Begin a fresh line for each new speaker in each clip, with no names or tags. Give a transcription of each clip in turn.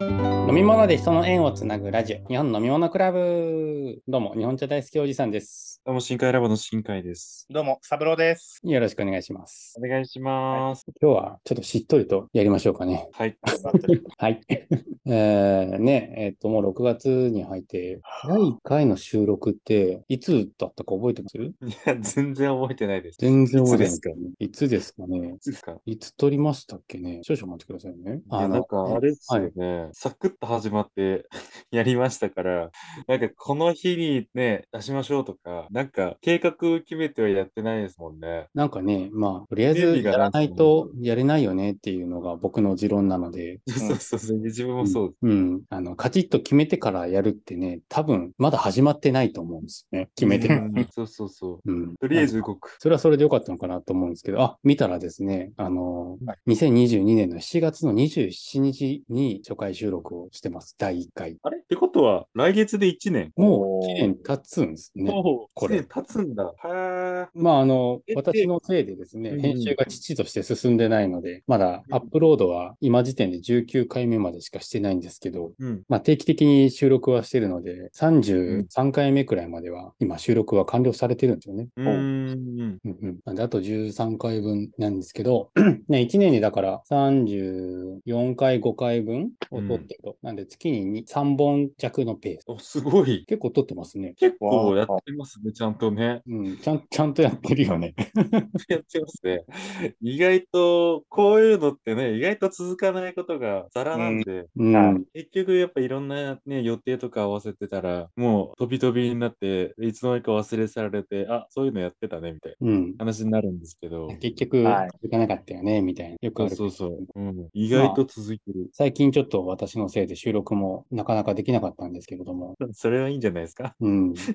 飲み物で人の縁をつなぐラジオ、日本飲み物クラブ。どうも、日本茶大好きおじさんです。
どうも、深海ラボの深海です。
どうも、サブロ ーです。
よろしくお願いします
お。願いします。
今日はちょっとしっとりとやりましょうかね。
はい。
はい。 えー、ね、えっ、と、もう6月に入って、第1回の収録って、いつだったか覚えてます
い や全然覚えてないです。
全然覚えてない
いつですか
ね。いつですかね。
つうか。
いつ撮りましたっけね。少々お待ちくださいね。
いや、なんか、あれですよね、サクッと始まって やりましたから、なんか、この日にね、出しましょうとか、なんか、計画決めてはやってないですもんね。
なんかね、まあ、とりあえ
準
ず
備が
やらない
なんか
とやれないよねっていうのが僕の持論なので、
そうそうそう、自分もそうです。
うん、あの、カチッと決めてからやるってね、多分まだ始まってないと思うんですよね。決めてから。
うんそうそうそう。
うん。
とりあえ
なん
ず
か。
動く。
それはそれでよかったのかなと思うんですけど、あ、見たらですね、あの、
は
2022年の7月の27日に初回収録をしてます。第1回。
あれってことは、来月で1年。
もう1年経つんですね。
お
こ
こ
れ
れ。1年経つんだ。は
まあ、あの、
え
私のせいでです
う
ね、
ん
編集が遅々として進んでないので、まだアップロードは今時点で19回目までしかしてないんですけど、
うん。
まあ、定期的に収録はしてるので、33回目くらいまでは、今収録は完了されてるんですよね。
うーん。
うんうん、なんであと13回分なんですけど、 ね、1年にだから34回、5回分を撮ってると。なんで月にに3本弱のペース。
お、すごい。
結構撮ってますね。
結構やってますね、ちゃんとね。
うん、ちゃんちゃんとやってるよ ね。
やってますね。意外と、こういうのってね、意外と続かないことがザラなんで、
うん、
はい
結局やっぱいろんなね、予定とか合わせてたら、もう飛び飛びになって、いつの間にか忘れ去られて、あ、そういうのやってたね、みたいな
うん。
話になるんですけど。
結局、
はい
続かなかったよね、みたいな。よく
そ
あ
う
る。
そうそう、うん。意外と続いてる。
最近ちょっと私のせいで収録もなかなかできなかったんですけれども。
それはいいんじゃないですか
うん。
そ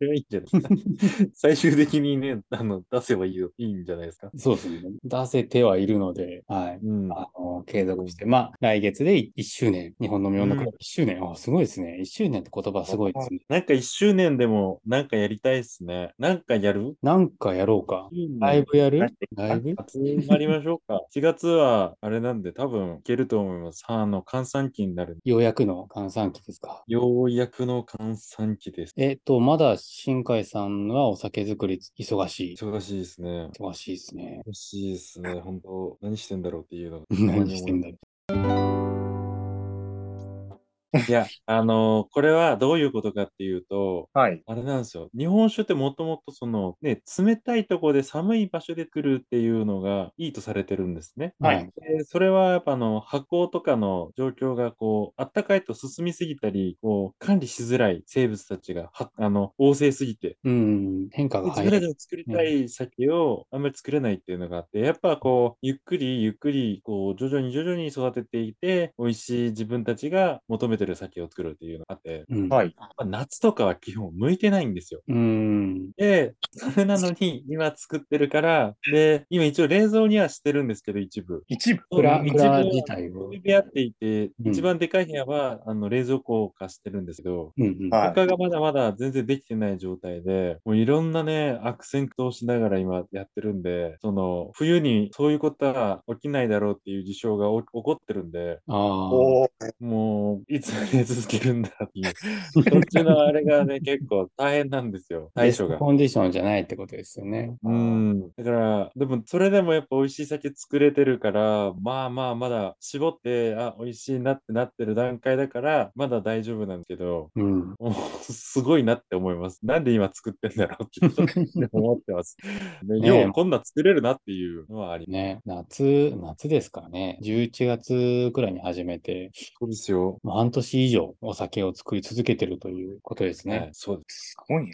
れはいいんじゃないです か最終的にね、あの、出せばいいよいいんじゃないですか
そうですね。出せてはいるので、はい。
うん。
あの継続して、まあ、来月で1周年、日本の妙なクラブ1周年、あすごいですね。1周年って言葉すごいですね。
なんか一周年でもなんかやりたいですね。なんかやる
なんかやろうか。ライブやるライブ
集まりましょうか。4月 はあれなんで多分いけると思います。あの、換算期になる。
ようやくの換算期ですか。
ようやくの換算期です。
えっ、と、まだ新海さんはお酒作り忙しい。
忙しいですね。
忙しいですね。
忙しいですね。本当何してんだろうっていうのが。
何してんだろ
いや、あのこれはどういうことかっていうと、
はい。
あれなんですよ。日本酒ってもともとその、ね、冷たいとこで寒い場所で来るっていうのがいいとされてるんですね。
う。
はい
でそれはやっぱあの発酵とかの状況がこうあったかいと進みすぎたりこう管理しづらい生物たちがはあの旺盛すぎて
うん、変化が
自
入
分た
る
ち。の作りたい酒をあんまり作れないっていうのがあってやっぱこうゆっくりゆっくりこう徐々に徐々に育てていて美味しい自分たちが求めてる酒を作るっていうのがあって、
うん。
はい。
まあ夏とかは基本向いてないんですよ。
うん。
で、 それなのに今作ってるからで今一応冷蔵にはしてるんですけど一部。
一部。
フラ
うん
フラ
一部
自体を
部。屋っていて、
うん
一番でかい部屋はあの冷蔵庫化してるんですけど、
うんうん
はい
他がまだまだ全然できてない状態で、もういろんなね、悪戦苦闘しながら今やってるんで、その、冬にそういうことが起きないだろうっていう事象がお起こってるんで、
ああ。
おー
もう、いつまで続けるんだっていう、そっちのあれがね、結構大変なんですよ、対
ベス
処
ト
が。
コンディションじゃないってことですよね。
うん。だから、でも、それでもやっぱ美味しい酒作れてるから、まあまあ、まだ絞って、あ、美味しいなってなってる段階だから、まだ大丈夫なんですけど、
うん。
もうすごいなって思います。なんで今作ってんだろうってちょっと 思ってます。で
ねえ
ようこんな作れるなっていうのはありま す。
ね、夏、夏ですからね。11月くらいに始めて、
そうですよ。
もう半年以上お酒を作り続けてるということです
ね
ね。、
そうです。
すごいな。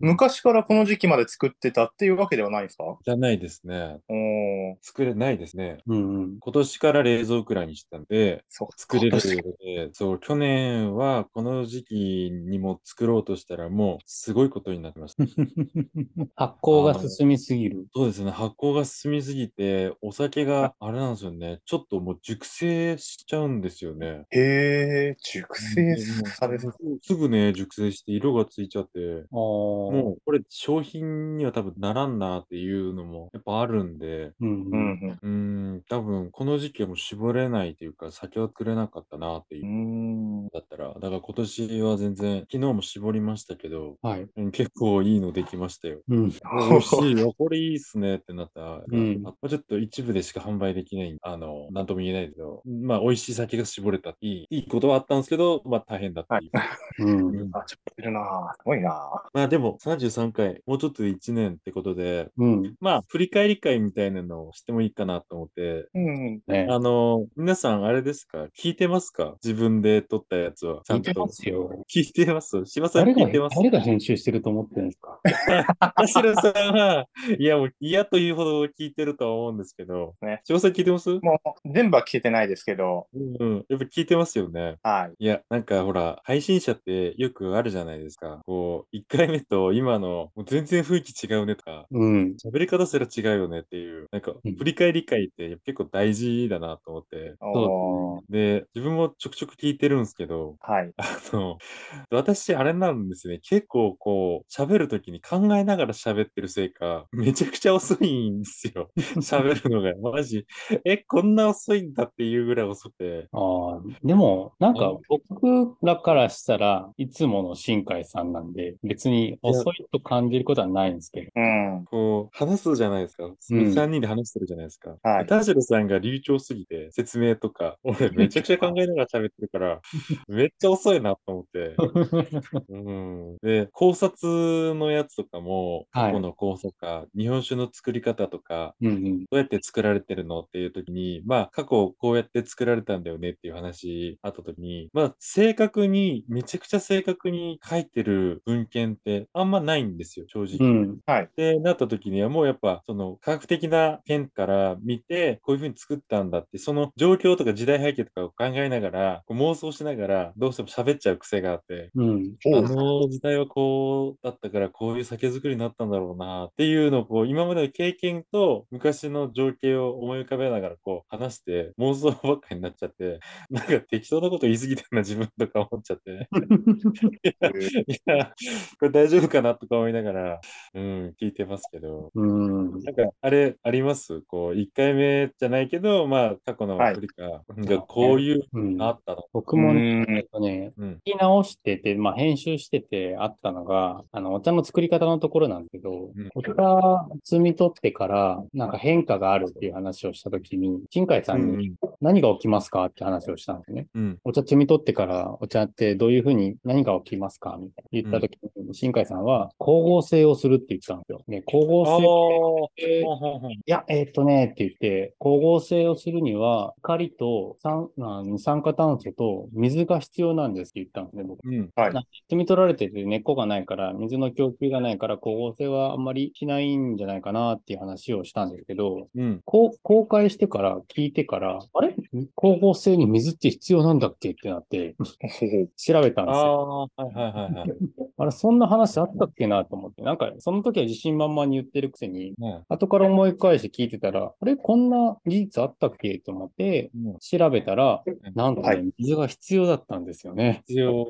昔からこの時期まで作ってたっていうわけではないですかお
じゃないですね。
ー、
作れないですね。
うんうん。
今年から冷蔵くらいにしたんで、
そう
作れるということで、そう、去年はこの時期にも作ろうとしたらもうすごいことになってました。
発酵が進みすぎる。
そうですね、発酵が進みすぎて、お酒があれなんですよね、ちょっともう熟成しちゃうんですよね。
へえ、熟成される。
すぐね、熟成して色がついちゃって、
ああ。も
もうこれ商品には多分ならんなっていうのもやっぱあるんで、
う。うん
う
うん。
ん、
うーん、多分この時期はもう絞れないというか、酒は作れなかったなっていうう。
ん。う
だったら、だから今年は全然、昨日も絞りましたけど、
はい。
うん結構いいのできましたよ。
うん。
美 味しいよ、これいいっすねってなった。
うん
まあちょっと一部でしか販売できない、あの、なんとも言えないけど、まあ、美味しい酒が絞れた。いい、いいことはあったんですけど、まあ、大変だった。
うん。
うん
あ、ちょっといるなぁすごいなぁ
まあ、でも、33回、もうちょっとで1年ってことで、
うん。
まあ、振り返り会みたいなのをしてもいいかなと思って、
うん。
ね
あの、皆さん、あれですか聞いてますか自分で撮ったやつは。ちゃんと
聞いてます
よ。
聞いてます柴さん
誰が
聞いてます
誰が編集してると思ってるんです か
田代さんは、いや、もう嫌というほど聞いてるとは思うんですけど、
ね
柴さん聞いてます
もう、全部は聞けてないですけど、
うん、やっぱ聞いてますよね。
はい。
いや、なんかほら、配信者ってよくあるじゃないですか。こう、1回目と今の、もう全然雰囲気違うねとか、
うん。
喋り方すら違うよねっていう、なんか
うん、
振り返り会って結構大事だなと思って。
おー
で、自分もちょくちょく聞いてるんですけど、
はい。
あの、 私、あれなんですね。結構こう、喋るときに考えながら喋ってるせいか、めちゃくちゃ遅いんですよ。喋るのが。マジ、え、こんな遅いんだっていうぐらい遅くて。
ああ、でも、なん
あ
か僕らからしたらいつもの新海さんなんで、別に遅いと感じることはないんですけど。
うん。
こう、話すじゃないですか。3人で話してるじゃないですか。
はい
田代さんが流暢すぎて、説明とか、俺めちゃくちゃ考えながら喋ってるから、めっちゃ遅いなと思って。 うんで、考察のやつとかも、
はい
過去の考察とか、日本酒の作り方とか、
うんうん。
どうやって作られてるのっていう時に、まあ、過去こうやって作られたんだよねっていう話あった時に、まあ、正確に、めちゃくちゃ正確に書いてる文献ってあんまないんですよ、正直。
うん。
で、なった時にはもうやっぱ、その科学的な点から見て、こういうふうに作ったんだって、その状況とか時代背景とかを考えながら、こう妄想しながら、どうしても喋っちゃう癖があって、
うん。
あ
おう
の時代はこうだったから、こういう酒造りになったんだろうなっていうのを、こう、今までの経験と昔の情景を思い浮かべながら、こう、話して、妄想ばっかりになっちゃって、なんか適当なこと言い過ぎたな、自分とか思っちゃって。いや、これ大丈夫かなとか思いながら、うん、聞いてますけど。
うん。
なんか、あれ、ありますこう、1回目じゃないけど、まあ、過去の
はい
振りか、がこういう
うん
のあったの。
僕もね、
うん
えっとね、
うん。
聞き直してて、まあ、編集しててあったのが、あの、お茶の作り方のところなんですけど
うん、
お茶摘み取ってから、なんか変化があるっていう話をしたときに、新海さ
うん
に
ん。
何が起きますかって話をしたんですね。
うん。
お茶摘み取ってからお茶ってどういうふうに何が起きますかみたいな言ったときに、新海さんは光合成をするって言ってたんですよ。ね、光
ああ
合
ー、ほ
成って
んほんほん
いや、えーっとね、って言って、光合成をするには、光と酸あ二酸化炭素と水が必要なんですって言ったんですね、僕。
うん。
摘み取られてて根っこがないから、水の供給がないから、光合成はあんまりしないんじゃないかなっていう話をしたんですけど、
うん。
こう公開してから聞いてから、あれ光合成に水って必要なんだっけってなって、調べたん
あ
ですよ。
あ、はいはいはいはい。
あれ、そんな話あったっけなと思って、なんか、その時は自信満々に言ってるくせに、
ね
後から思い返して聞いてたら、あれこんな事実あったっけと思って、
うん
調べたら、なんとね、
はい
水が必要だったんですよね。
必要、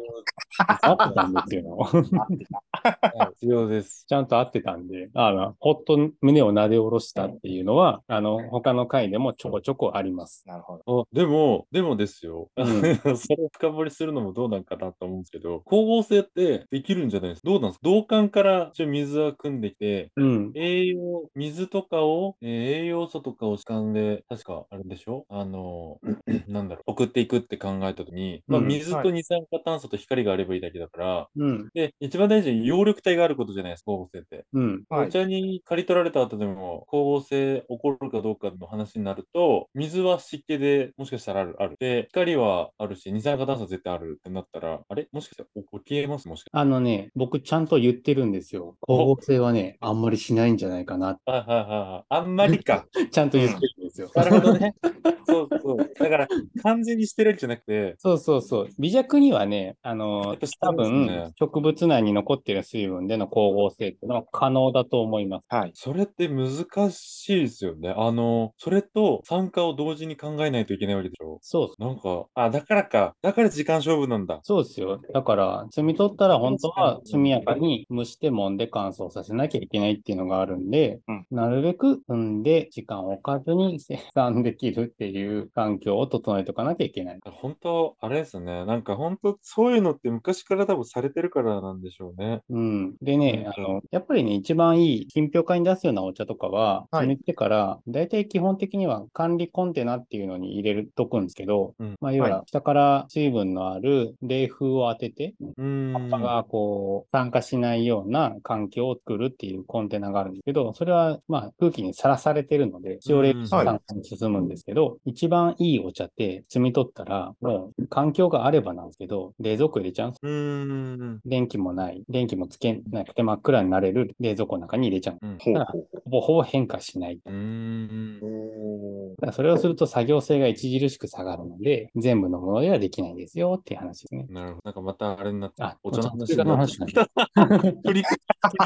合ってたんですよ。
はい必要です。
ちゃんと合ってたんで、あの、ほっと胸を撫で下ろしたっていうのは、あの、他の回でもちょこちょこあります。
なるほど。
あでも、でもですよ。
う
そ
ん
れを深掘りするのもどうなんかなと思うんですけど、光合成ってできるんじゃないですかどうなんですか導管から一応水は汲んできて、
うん。
栄養、水とかを、えー栄養素とかを掴んで、確かあれでしょあの、 なんだろう、送っていくって考えたときに、まあ、
うん
水
は
と
い
二酸化炭素と光があればいいだけだから、
うん。
で、一番大事な葉緑体があることじゃないですか、光合成って。
うん。
は
お
い。
茶に刈り取られた後でも光合成起こるかどうかの話になると、水は湿気でもしかしたらある。あるで、光はあるし、二酸化炭素は絶対あるってなったら、あれもしかしたらお起きえますもしかし
あのね、僕ちゃんと言ってるんですよ。光合成はね、あんまりしないんじゃないかな。
たら。はいはいはいはい。あんまりか。
ちゃんと言ってるんですよ。
なるほどね。 そうそう。だから、完全にしてるわけじゃなくて、
そうそうそう。微弱にはね、あ
や
の
っぱ、下
多
です
分、
ね
植物内に残ってる水分での光合成っていうのは可能だと思います。
はい。
それって難しいですよね。あの、それと酸化を同時に考えないといけないわけでしょ。
そう
なんか、あ、だからか。だから時間勝負なんだ。
そうですよ。だから、摘み取ったら本当は速やかに蒸して揉んで乾燥させなきゃいけないっていうのがあるんで、
うん
なるべく踏んで時間を置かずに生産できるっていう環境境を整えておかなきゃいけない。
本当、あれですね。なんか本当、そういうのって昔から多分されてるからなんでしょうね。
うん。でね、あ
うん
の、やっぱりね、一番いい品評会に出すようなお茶とかは、
は
決
い
めてから、大体基本的には管理コンテナっていうのに入れるとくんですけど、
うん
まあ、要は下から水分のある冷風を当てて、
うーん。
葉っぱがこう、酸化しないような環境を作るっていうコンテナがあるんですけど、それはまあ空気にさらされてるので、使用冷
うん
酸化に進むんですけど、一番いいお茶って摘み取ったら、もう環境があればなんですけど、冷蔵庫入れちゃうんです
うーん。
電気もない、電気もつけなくて真っ暗になれる冷蔵庫の中に入れちゃう。
うん
ほうほう
ほぼほぼ変化しない。
うーん。
ほう。
だからそれをすると作業性が著しく下がるので、全部のものではできないですよっていう話ですね。
なるほど。なんかまたあれになった
あ。、
お茶の
お
話
茶
に
の
なっ
話
ちゃ
な
っ
ん
た。
だ。
振り
好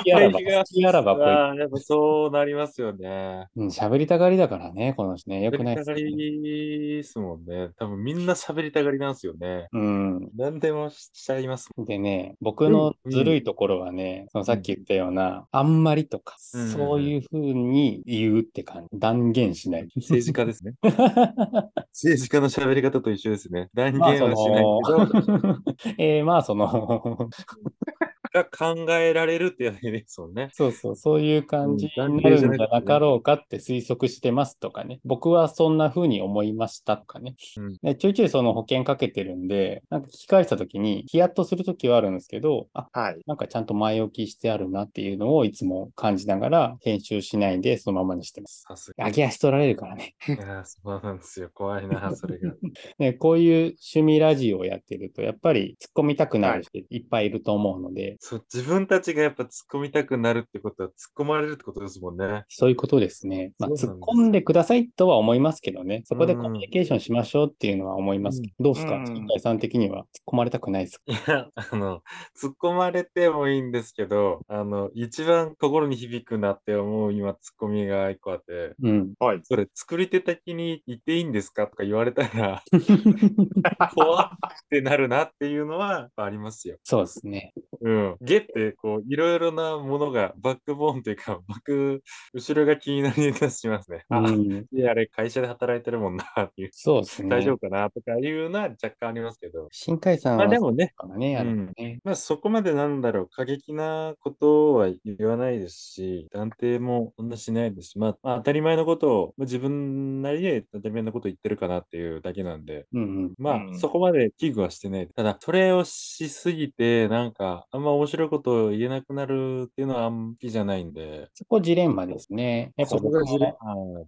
きあらば、
会議が
好きあらばこい
ああ、やっぱそうなります よね。
つ、うん、喋りたがりだからね、この人ね。よくないです
喋りたが
よね、
りですもんね。多分みんな喋りたがりなんですよね。
うん。
何でもしちゃい ます
でね、僕のずるいところはね、そのさっき言ったような、あんまりとか、
うん
そういうふうに言うって感じ。断言し
も。
なんい。
政治家ですね。 政治家の喋り方と一緒ですね。断言
まあ、そ
はしないけど、
の、 えーまあ、その、
が考えられるってやつですもんね。
そうそう、そういう感じ
うん
になるんじゃなかろうかって推測してますとかね。僕はそんな風に思いましたとかね。
うん
でちょいちょいその保険かけてるんで、なんか聞き返した時に、ヒヤッとする時はあるんですけど、あ、
はい。
なんかちゃんと前置きしてあるなっていうのをいつも感じながら編集しないでそのままにしてます。
さすが。
揚げ足取られるからね。
いやーそうなんですよ。怖いな、それが。
ね、こういう趣味ラジオをやってると、やっぱり突っ込みたくなる人いっぱいいると思うので、
そう自分たちがやっぱ突っ込みたくなるってことは突っ込まれるってことですもんね。
そういうことですね。まあ、
そ
突っ
うなんです
込んでくださいとは思いますけどね。そこで
うん
コミュニケーションしましょうっていうのは思いますけど。どうですか
うん
新海さん的には突っ込まれたくないですか
いや、あの、突っ込まれてもいいんですけど、あの、一番心に響くなって思う今、突っ込みが一個あって、
うん。
はい。
それ、作り手的に言っていいんですかとか言われたら、怖ってなるなっていうのはやっぱありますよ。
そうですね。
うん。ゲって、こう、いろいろなものが、バックボーンというか、バック、後ろが気になりだしますね。
う
あ、
ん、
であれ、会社で働いてるもんな、 っていう。
そうですね。
大丈夫かなとかいうのは若干ありますけど。
新海さん
まあ
は
でもね、
そうかね、あるね、
まあそこまでなんだろう、過激なことは言わないですし、断定もそんなしないですし、まあ、まあ当たり前のことを、まあ自分なりで当たり前のことを言ってるかなっていうだけなんで、
うんうん。
まあ、
うん
そこまで危惧はしてない。ただ、それをしすぎて、なんか、あんま面白いことを言えなくなるっていうのはあんまりじゃないんで、
そこジレンマですね。やっぱ
そこ
僕
が
も
ずれはい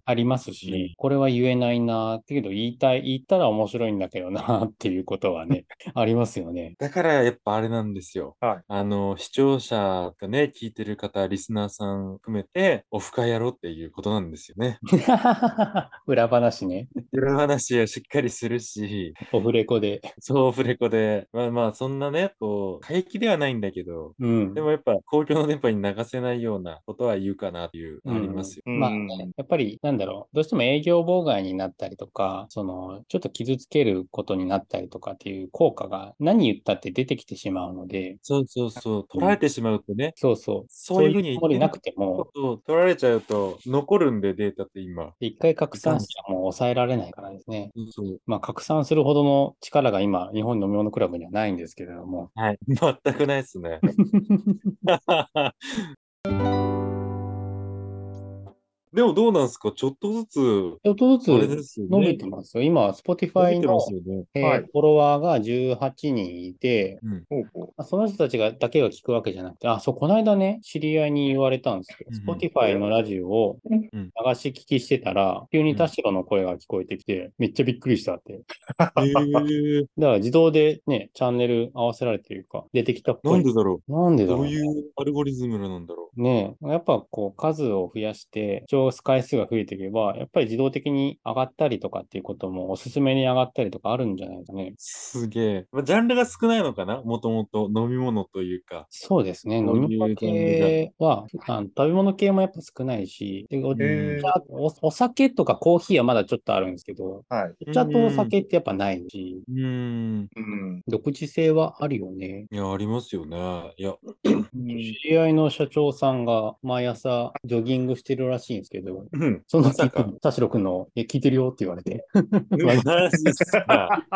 ありますし、
うん
これは言えないな、けど言いたい、言ったら面白いんだけどな、っていうことはね、ありますよね。
だからやっぱあれなんですよ。
はい
あの、視聴者がね、聞いてる方、リスナーさん含めて、オフ会やろうっていうことなんですよね。
裏話ね。
裏話をしっかりするし、
オフレコで。
そうフレコで、まあまあ、そんなね、こう、過激ではないんだけど、
うん
で。もやっぱ公共の電波に流せないようなことは言うかなっていう、
うん
ありますよ。
うん
まあね、やっぱり、なんだろう、どうしても営業妨害になったりとか、その、ちょっと傷つけることになったりとかっていう効果が何言ったって出てきてしまうので、
そうそうそう、取られてしまうとね、
そうそう、
そういうふうに
つもりなくても、
そう取られちゃうと残るんで、データって今。
一回拡散したらもう抑えられないからですね。
そう
まあ、拡散するほどの力が今、日本の妙のクラブにはないんですけれども。
はい、 全くないですね。 でもどうなんですかちょっとずつ、
ちょっとずつ
あれですよね
伸びてますよ。今、
伸
Spotify
びて
の
ま、すよ ね。
えー
はい
フォロワーが18人いて、
うん
ほうほう。
まあその人たちがだけが聞くわけじゃなくて、あ、そう、この間ね、知り合いに言われたんですけ
うん
ど、Spotify のラジオを流
ん
し聞きしてたら、急に田代の声が聞こえてきて、めっちゃびっくりしたって。
へー
だから自動でね、チャンネル合わせられてるか、出てきたっぽ。
ないんでだろ
なんで
う
だろ
ど
う
う
ね。
いうアルゴリズムなんだろ
ねえ、やっぱこう数を増やして、視聴回数が増えていけば、やっぱり自動的に上がったりとかっていうことも、おすすめに上がったりとかあるんじゃないかね
う。すげえ。まあジャンルが少ないのかなもともと飲み物というか。
そうですね、
そういう
飲み物系は、あの食べ物系もやっぱ少ないし、でお
へえ
茶おお酒とかコーヒーはまだちょっとあるんですけど、
はい。
お茶とお酒ってやっぱないし、
うーん。
うん。
独自性はあるよね。
いや、ありますよね。いや、
うん
知り合いの社長さんが毎朝ジョギングしてるらしいんですけど、
うん。
その
まさ
時
か。、
田代くんの、いや、聞いてるよって言われて、
マジっすか。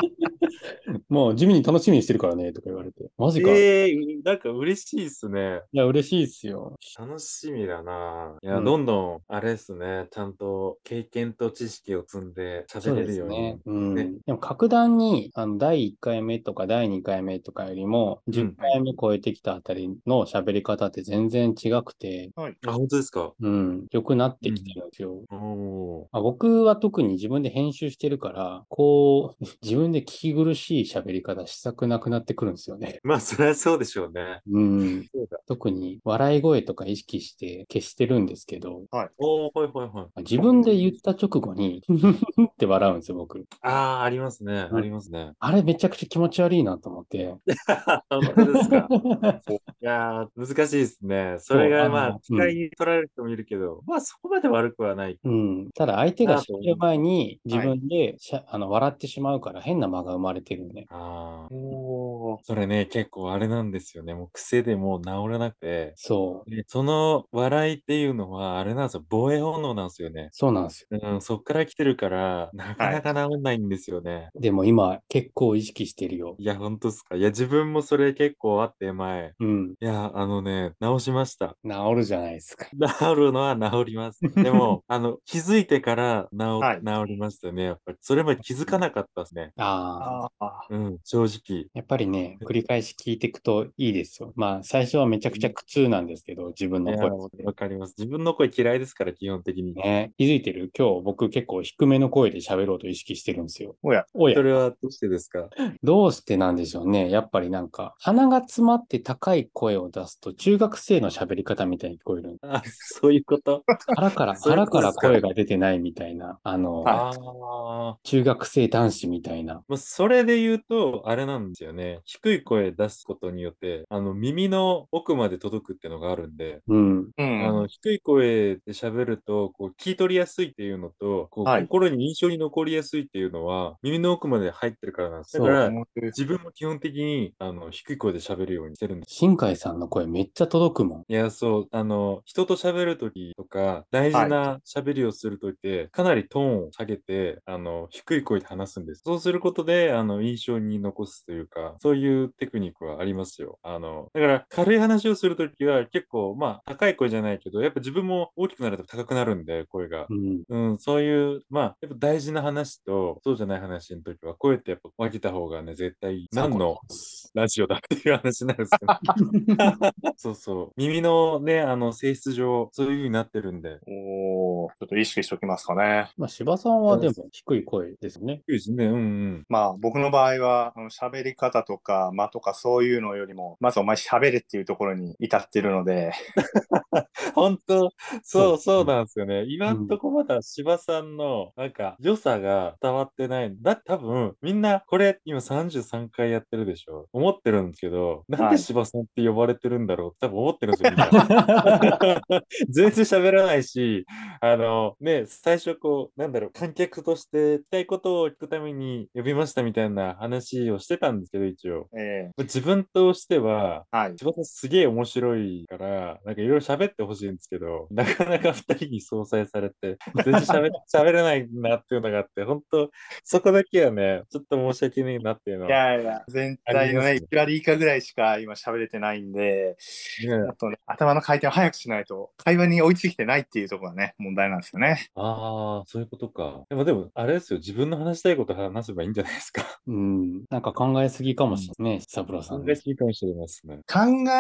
もう地味に楽しみにしてるからね、とか言われて、マジか。い
ええなんか嬉しいっすね。
や、嬉しいっすよ。
楽しみだな。いや、
うん
どんどん、あれですね、ちゃんと経験と知識を積んで
そ
喋
う
れ
で
る
す
ように。
ね。うん。
ね
でも格段に、あの、第1回目とか第2回目とかよりも、
ん
10回目超えてきたあたりの喋り方って全然違くて、
あ、本当ですか。
うん、良くなってきてるんですよ。
おお
あ僕は特に自分で編集してるから、こう、 自分で聞き苦しい喋り方したくなくなってくるんですよね。
ー。まあ、そりゃそうでしょうね。
うん、
そうだ。
特に笑い声とか意識して消してるんですけど、
おお、ほいほいほい。
自分で言った直後に、って笑うんですよ、僕。
ああ、ありますね。
うん
ありますね。
あれめちゃくちゃ気持ち悪いなと思 って。
本当です か。いやー、難しいですね。それ
そうあ
が
の
ま
う
あ
ん、
使いに取られる人もいるけど、まあ、そこまで悪くはない。
うん、ただ相手が知る前に
な
自
るほど
分でしゃ、あの笑ってしまうから変な間が生まれてるんで。
ああ。
おー
それね、結構あれなんですよね。もう癖でもう治らなくて。
そう、
でその笑いっていうのは、あれなんですよ。防衛本能なんですよね。
そうなんですよ。
うん、そっから来てるから、なかなか治んないんですよね。い、
でも今結構意識してるよ。
や、本当ですか。いや、自分もそれ結構あって、前。
うん、
いや、あのね、治しました。
治るじゃないですか。
治るのは治ります。で も、あの、気づいてから治,、
はい
治りましたね、やっぱり。それまで気づかなかったですね。
ああ。
ああ。
うん、正直。
やっぱりね、繰り返し聞いていくといいですよ。まあ、最初はめちゃくちゃ苦痛なんですけど、自分
い
の
や
声
わかります。自分の声嫌いですから、基本的に。
ね。気づいてる今日僕結構低めの声で喋ろうと意識してるんですよ。
おや。
おや
そ、れはどうしてですか
どうしてなんでしょうね。やっぱりなんか、鼻が詰まって高い声を出すと、中学生の喋り方みたいに聞こえる。
あそういうこと
腹から、
そういう
腹
こ
か
とで
ら
すか
声が出てないみたいな、あの、
はい
ああ。
中学生男子みたいな。
まあ、それで言うと、あれなんですよね。低い声出すことによって、あの、耳の奥まで届くってのがあるんで、
うん。
う
あの、
ん。
低い声で喋ると、こう、聞き取りやすいっていうのと、こう、
はい
心に印象に残りやすいっていうのは、耳の奥まで入ってるからなんです。だ
そう
から、自分も基本的に、あの、低い声で喋るようにしてるんです。
新海さんの声めっちゃ届くもん。
いや、そう、あの、人と喋るときとか、大事な喋りをするときって、かなりトーンを下げて、あの、低い声で話すんです。そうすることで、あの、印象に残すというか、そういうテクニックはありますよ。あの、だから、軽い話をするときは、結構、まあ、高い声じゃないけど、やっぱ自分も大きくなると高くなるんで、声が。
うん。
うん、そういう、まあ、やっぱ大事な話と、そうじゃない話の時は、声ってやっぱ分けた方がね、絶対、何のラジオだっていう話になるんですけ ど。そうそう。耳のね、あの、性質上、そういう風になってるんで。
おお。ちょっと意識しておきますかね。
まあ、柴さんはでも低い声ですよ ね。
低いですね。うんうん。
まあ僕の場合は、あの喋り方とか間とかそういうのよりも、まずお前喋れっていうところに至ってるので、
本当そう、
そう
そうなんですよね。今んとこまだ芝さんの、なんか、良さが伝わってない。だって多分、みんな、これ、今33回やってるでしょ。思ってるんですけど、なん
は
で
い
芝さんって呼ばれてるんだろうって多分思ってるんです よ、みんな。 全然喋らないし、あの、ね、最初こう、なんだろう、観客として、聞きたいことを聞くために呼びましたみたいな話をしてたんですけど、一応。
え
自分としては、
えはい。
千葉さんすげえ面白いから、なんかいろいろ喋ってほしいんですけど、なかなか二人に相殺されて、全然喋 喋れないなっていうのがあって、本当そこだけはね、ちょっと申し訳ないなっていうの
い
は。
やいや、全体の
あ
ね、
りますね
1割以下ぐらいしか今喋れてないんで、
ね
あとね、頭の回転を早くしないと、会話に追いついてないっていうところがね、問題なんですよね。
ああ、そういうことか。でも、でも、あれですよ、自分の話したいこと話せばいいんじゃないですか。
うん。なんか考えすぎかもしれないね、久郎さんね。
難しいかもしれないです ね。
考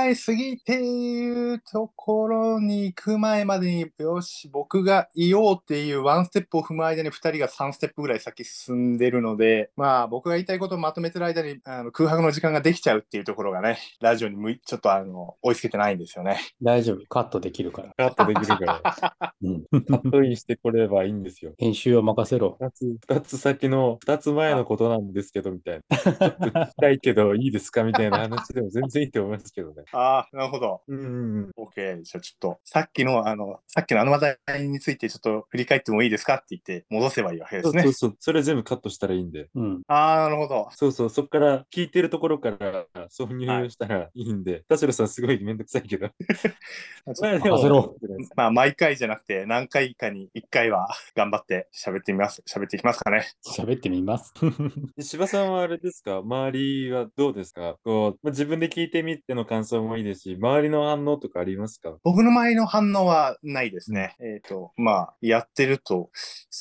えすぎていうところに行く前までに、よし、僕がいようっていうワンステップを踏む間に2人が3ステップぐらい先進んでるので、まあ僕が言いたいことをまとめてる間にあの空白の時間ができちゃうっていうところがね、ラジオに向いちょっとあの追いつけてないんですよね。
大丈夫。カットできるから。
カットできるから、カ
うん。
ットインしてこればいいんですよ。
編集を任せろ。
二つ、二つ先の、二つ前のことなんですけど、みたいな。ちょっと聞きたいけど、いいですかみたいな話でも全然いいと思いますけどね。
ああ、なるほど。
うんうんうん。
OK。じゃあちょっと、さっきの、あの、さっきのあの話題についてちょっと振り返ってもいいですかって言って戻せばいいわけで
そ
す
う
ね
そう。そう、それ全部カットしたらいいんで。
うん。
ああ、なるほど。
そうそう、そこから聞いてるところから挿入したらいいんで、田代さんすごいめんどくさいけど。
ちょっと
まあでも
任せろ
まあ、毎回じゃなくて、何回かに1回は頑張って喋ってみます。喋っていきますかね。
喋ってみます。
で 柴さんはあれですか周りはどうですかこう、まあ自分で聞いてみての感想もいいですし、周りの反応とかありますか
僕の周りの反応はないですね。えっ、と、まあ、やってると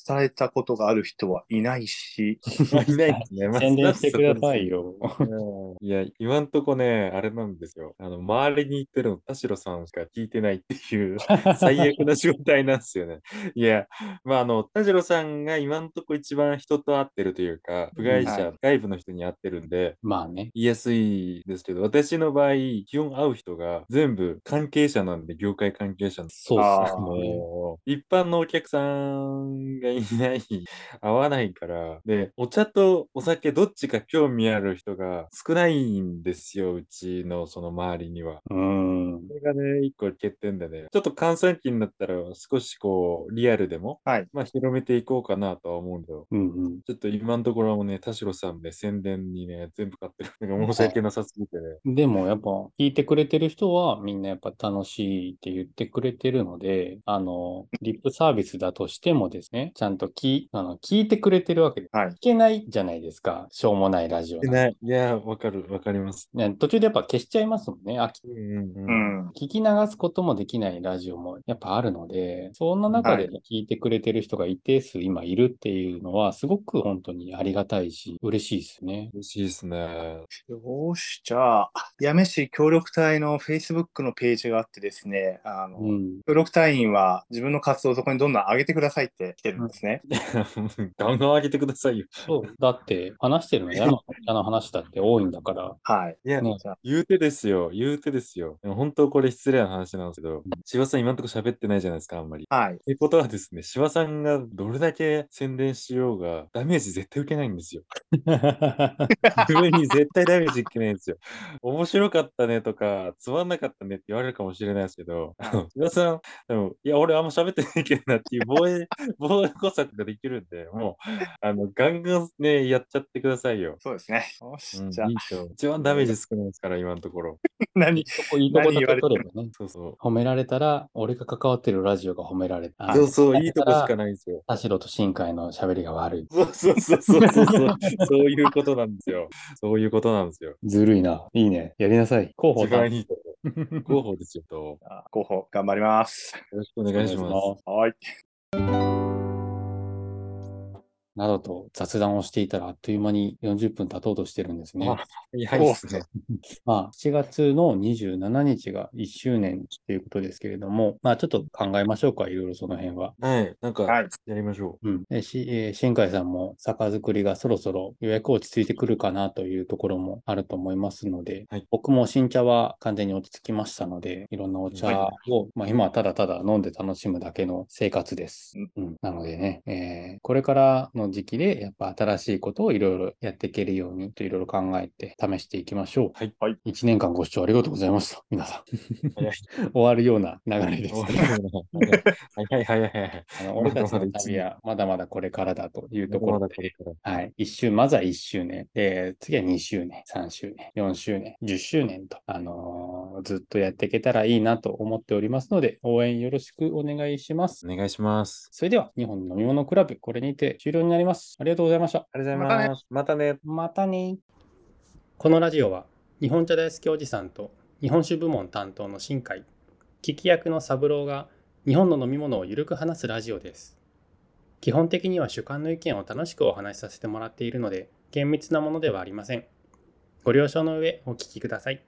伝えたことがある人はいないし、
まあいないです ね。まあ
宣伝してくださ。
そ
いよ。
うですうんいや、今んとこね、あれなんですよ。あの、周りに言ってるの、田代さんしか聞いてないっていう、 最悪な状態なんですよね。いや、まあ、あの、田代さんが今んとこ一番人と会ってるというか、部外者、
は
外部の人に会ってるんで、
まあね。
言いやすいですけど、私の場合、基本会う人が全部関係者なんで、業界関係者なんで
そう
あ
そ
ー
うね。
もう、一般のお客さんがいない、 合わないから、で、お茶とお酒どっちか興味ある人が少ないんですよ、うちのその周りには。
うん
こ。れがね、一個欠点でね、ちょっと閑散期になったら少しこう、リアルでも、
はい
まあ広めていこうかなとは思うんだよ。
うんうん。
ちょっと今のところはもうね、田代さんで宣伝にね、全部買ってる。なんか申し訳なさすぎてね。
でもやっぱ聞いてくれてる人はみんなやっぱ楽しいって言ってくれてるので、あの、リップサービスだとしてもですね、ちゃんと聞あの聞いてくれてるわけです。
はい
聞けないじゃないですか、しょうもないラジオ
い
なんて
ない。いや、わかる、わかります。
ね、途中でやっぱ消しちゃいますもんね、飽き
うんうん
う
うん。
ん。
聞き流すこともできないラジオもやっぱあるので、そんな中でね聞いてくれてる人が一定数今いるっていうのは、すごく本当にありがたいし、嬉しいですね。
嬉しいですね。
よーし、じゃあ、八女市協力隊の Facebook のページがあってですね、あの、
うん。
協力隊員は自分の活動をそこにどんどん上げてくださいって来てるんですね。
ガンガン上げてくださいよ。
そう。だって、話してるの 山のの話だって多いんだから、
はい。
いや、
ね
じゃあ
言うてですよ、言うてですよ。でも本当これ失礼な話なんですけど、シワさん今んとこ喋ってないじゃないですか、あんまり。っ
はい。
てことはですね、シワさんがどれだけ宣伝しようが、ダメージ絶対受けないんですよ。上に絶対ダメージ受けないんですよ。面白かったねとか、つまんなかったねって言われるかもしれないですけど、あのシワさん、でも、いや、俺あんま喋ってないけどなっていう防衛、 防衛工作ができるんで、もう、あの、ガンガンね、やっちゃってくださいよ。
そうですね。よし、
うん、いい
じゃあ、
と思う一番ダメージ少ないですから、今のところ。
いい
何
とこ、いいとこだけ取ればね。
そうそう。
褒められたら、俺が関わってるラジオが褒められた。
そうそう、
はい
いいとこしかないんですよ。
田代と新海の喋りが悪い。
そうそうそうそうそうそう、 そういうことなんです よ。そういうことなんです よ。
ずるいな。いいね。やりなさい。候補
一
だ
番いいとこ。広報ですよと。よ
あ候補頑張ります。
ろしくお願いします。
はい。
などと雑談をしていたらあっという間に40分経とうとしてるんですね。
あ早いですね。
まあ、7月の27日が1周年ということですけれども、まあちょっと考えましょうか、いろいろその辺は。
はい。なんか、
は
や
い。
りましょ
うん。えし、えー新海さんも酒造りがそろそろ予約落ち着いてくるかなというところもあると思いますので、
はい
僕も新茶は完全に落ち着きましたので、いろんなお茶を、
は
まあ今はただただ飲んで楽しむだけの生活です。うん。なのでね、えーこれからの時期でやっぱ新しいことをいろいろやっていけるようにといろいろ考えて試していきましょう。
はい
はい。
1年間ご視聴ありがとうございました。皆さん。
早い
終わるような流れ
う。
です。
はいはいはいはい。
あの俺たちの旅はまだまだこれからだというとこ
ま
ろ
だこれ
で、
から。
はい、一周、まずは1周年、で次は2周年、3周年、4周年、10周年と、あのーずっとやっていけたらいいなと思っておりますので、応援よろしくお願いします。
お願いします。
それでは、日本飲み物クラブ、これにて終了になります。ありがとうございました。
ありがとう
う
ご
ご
ざ
ざ
い
い
ま。
ます
またね。
またね。このラジオは日本茶大好きおじさんと日本酒部門担当の新海、聞き役の三郎が日本の飲み物をゆるく話すラジオです。基本的には主観の意見を楽しくお話しさせてもらっているので、厳密なものではありません。ご了承の上お聞きください。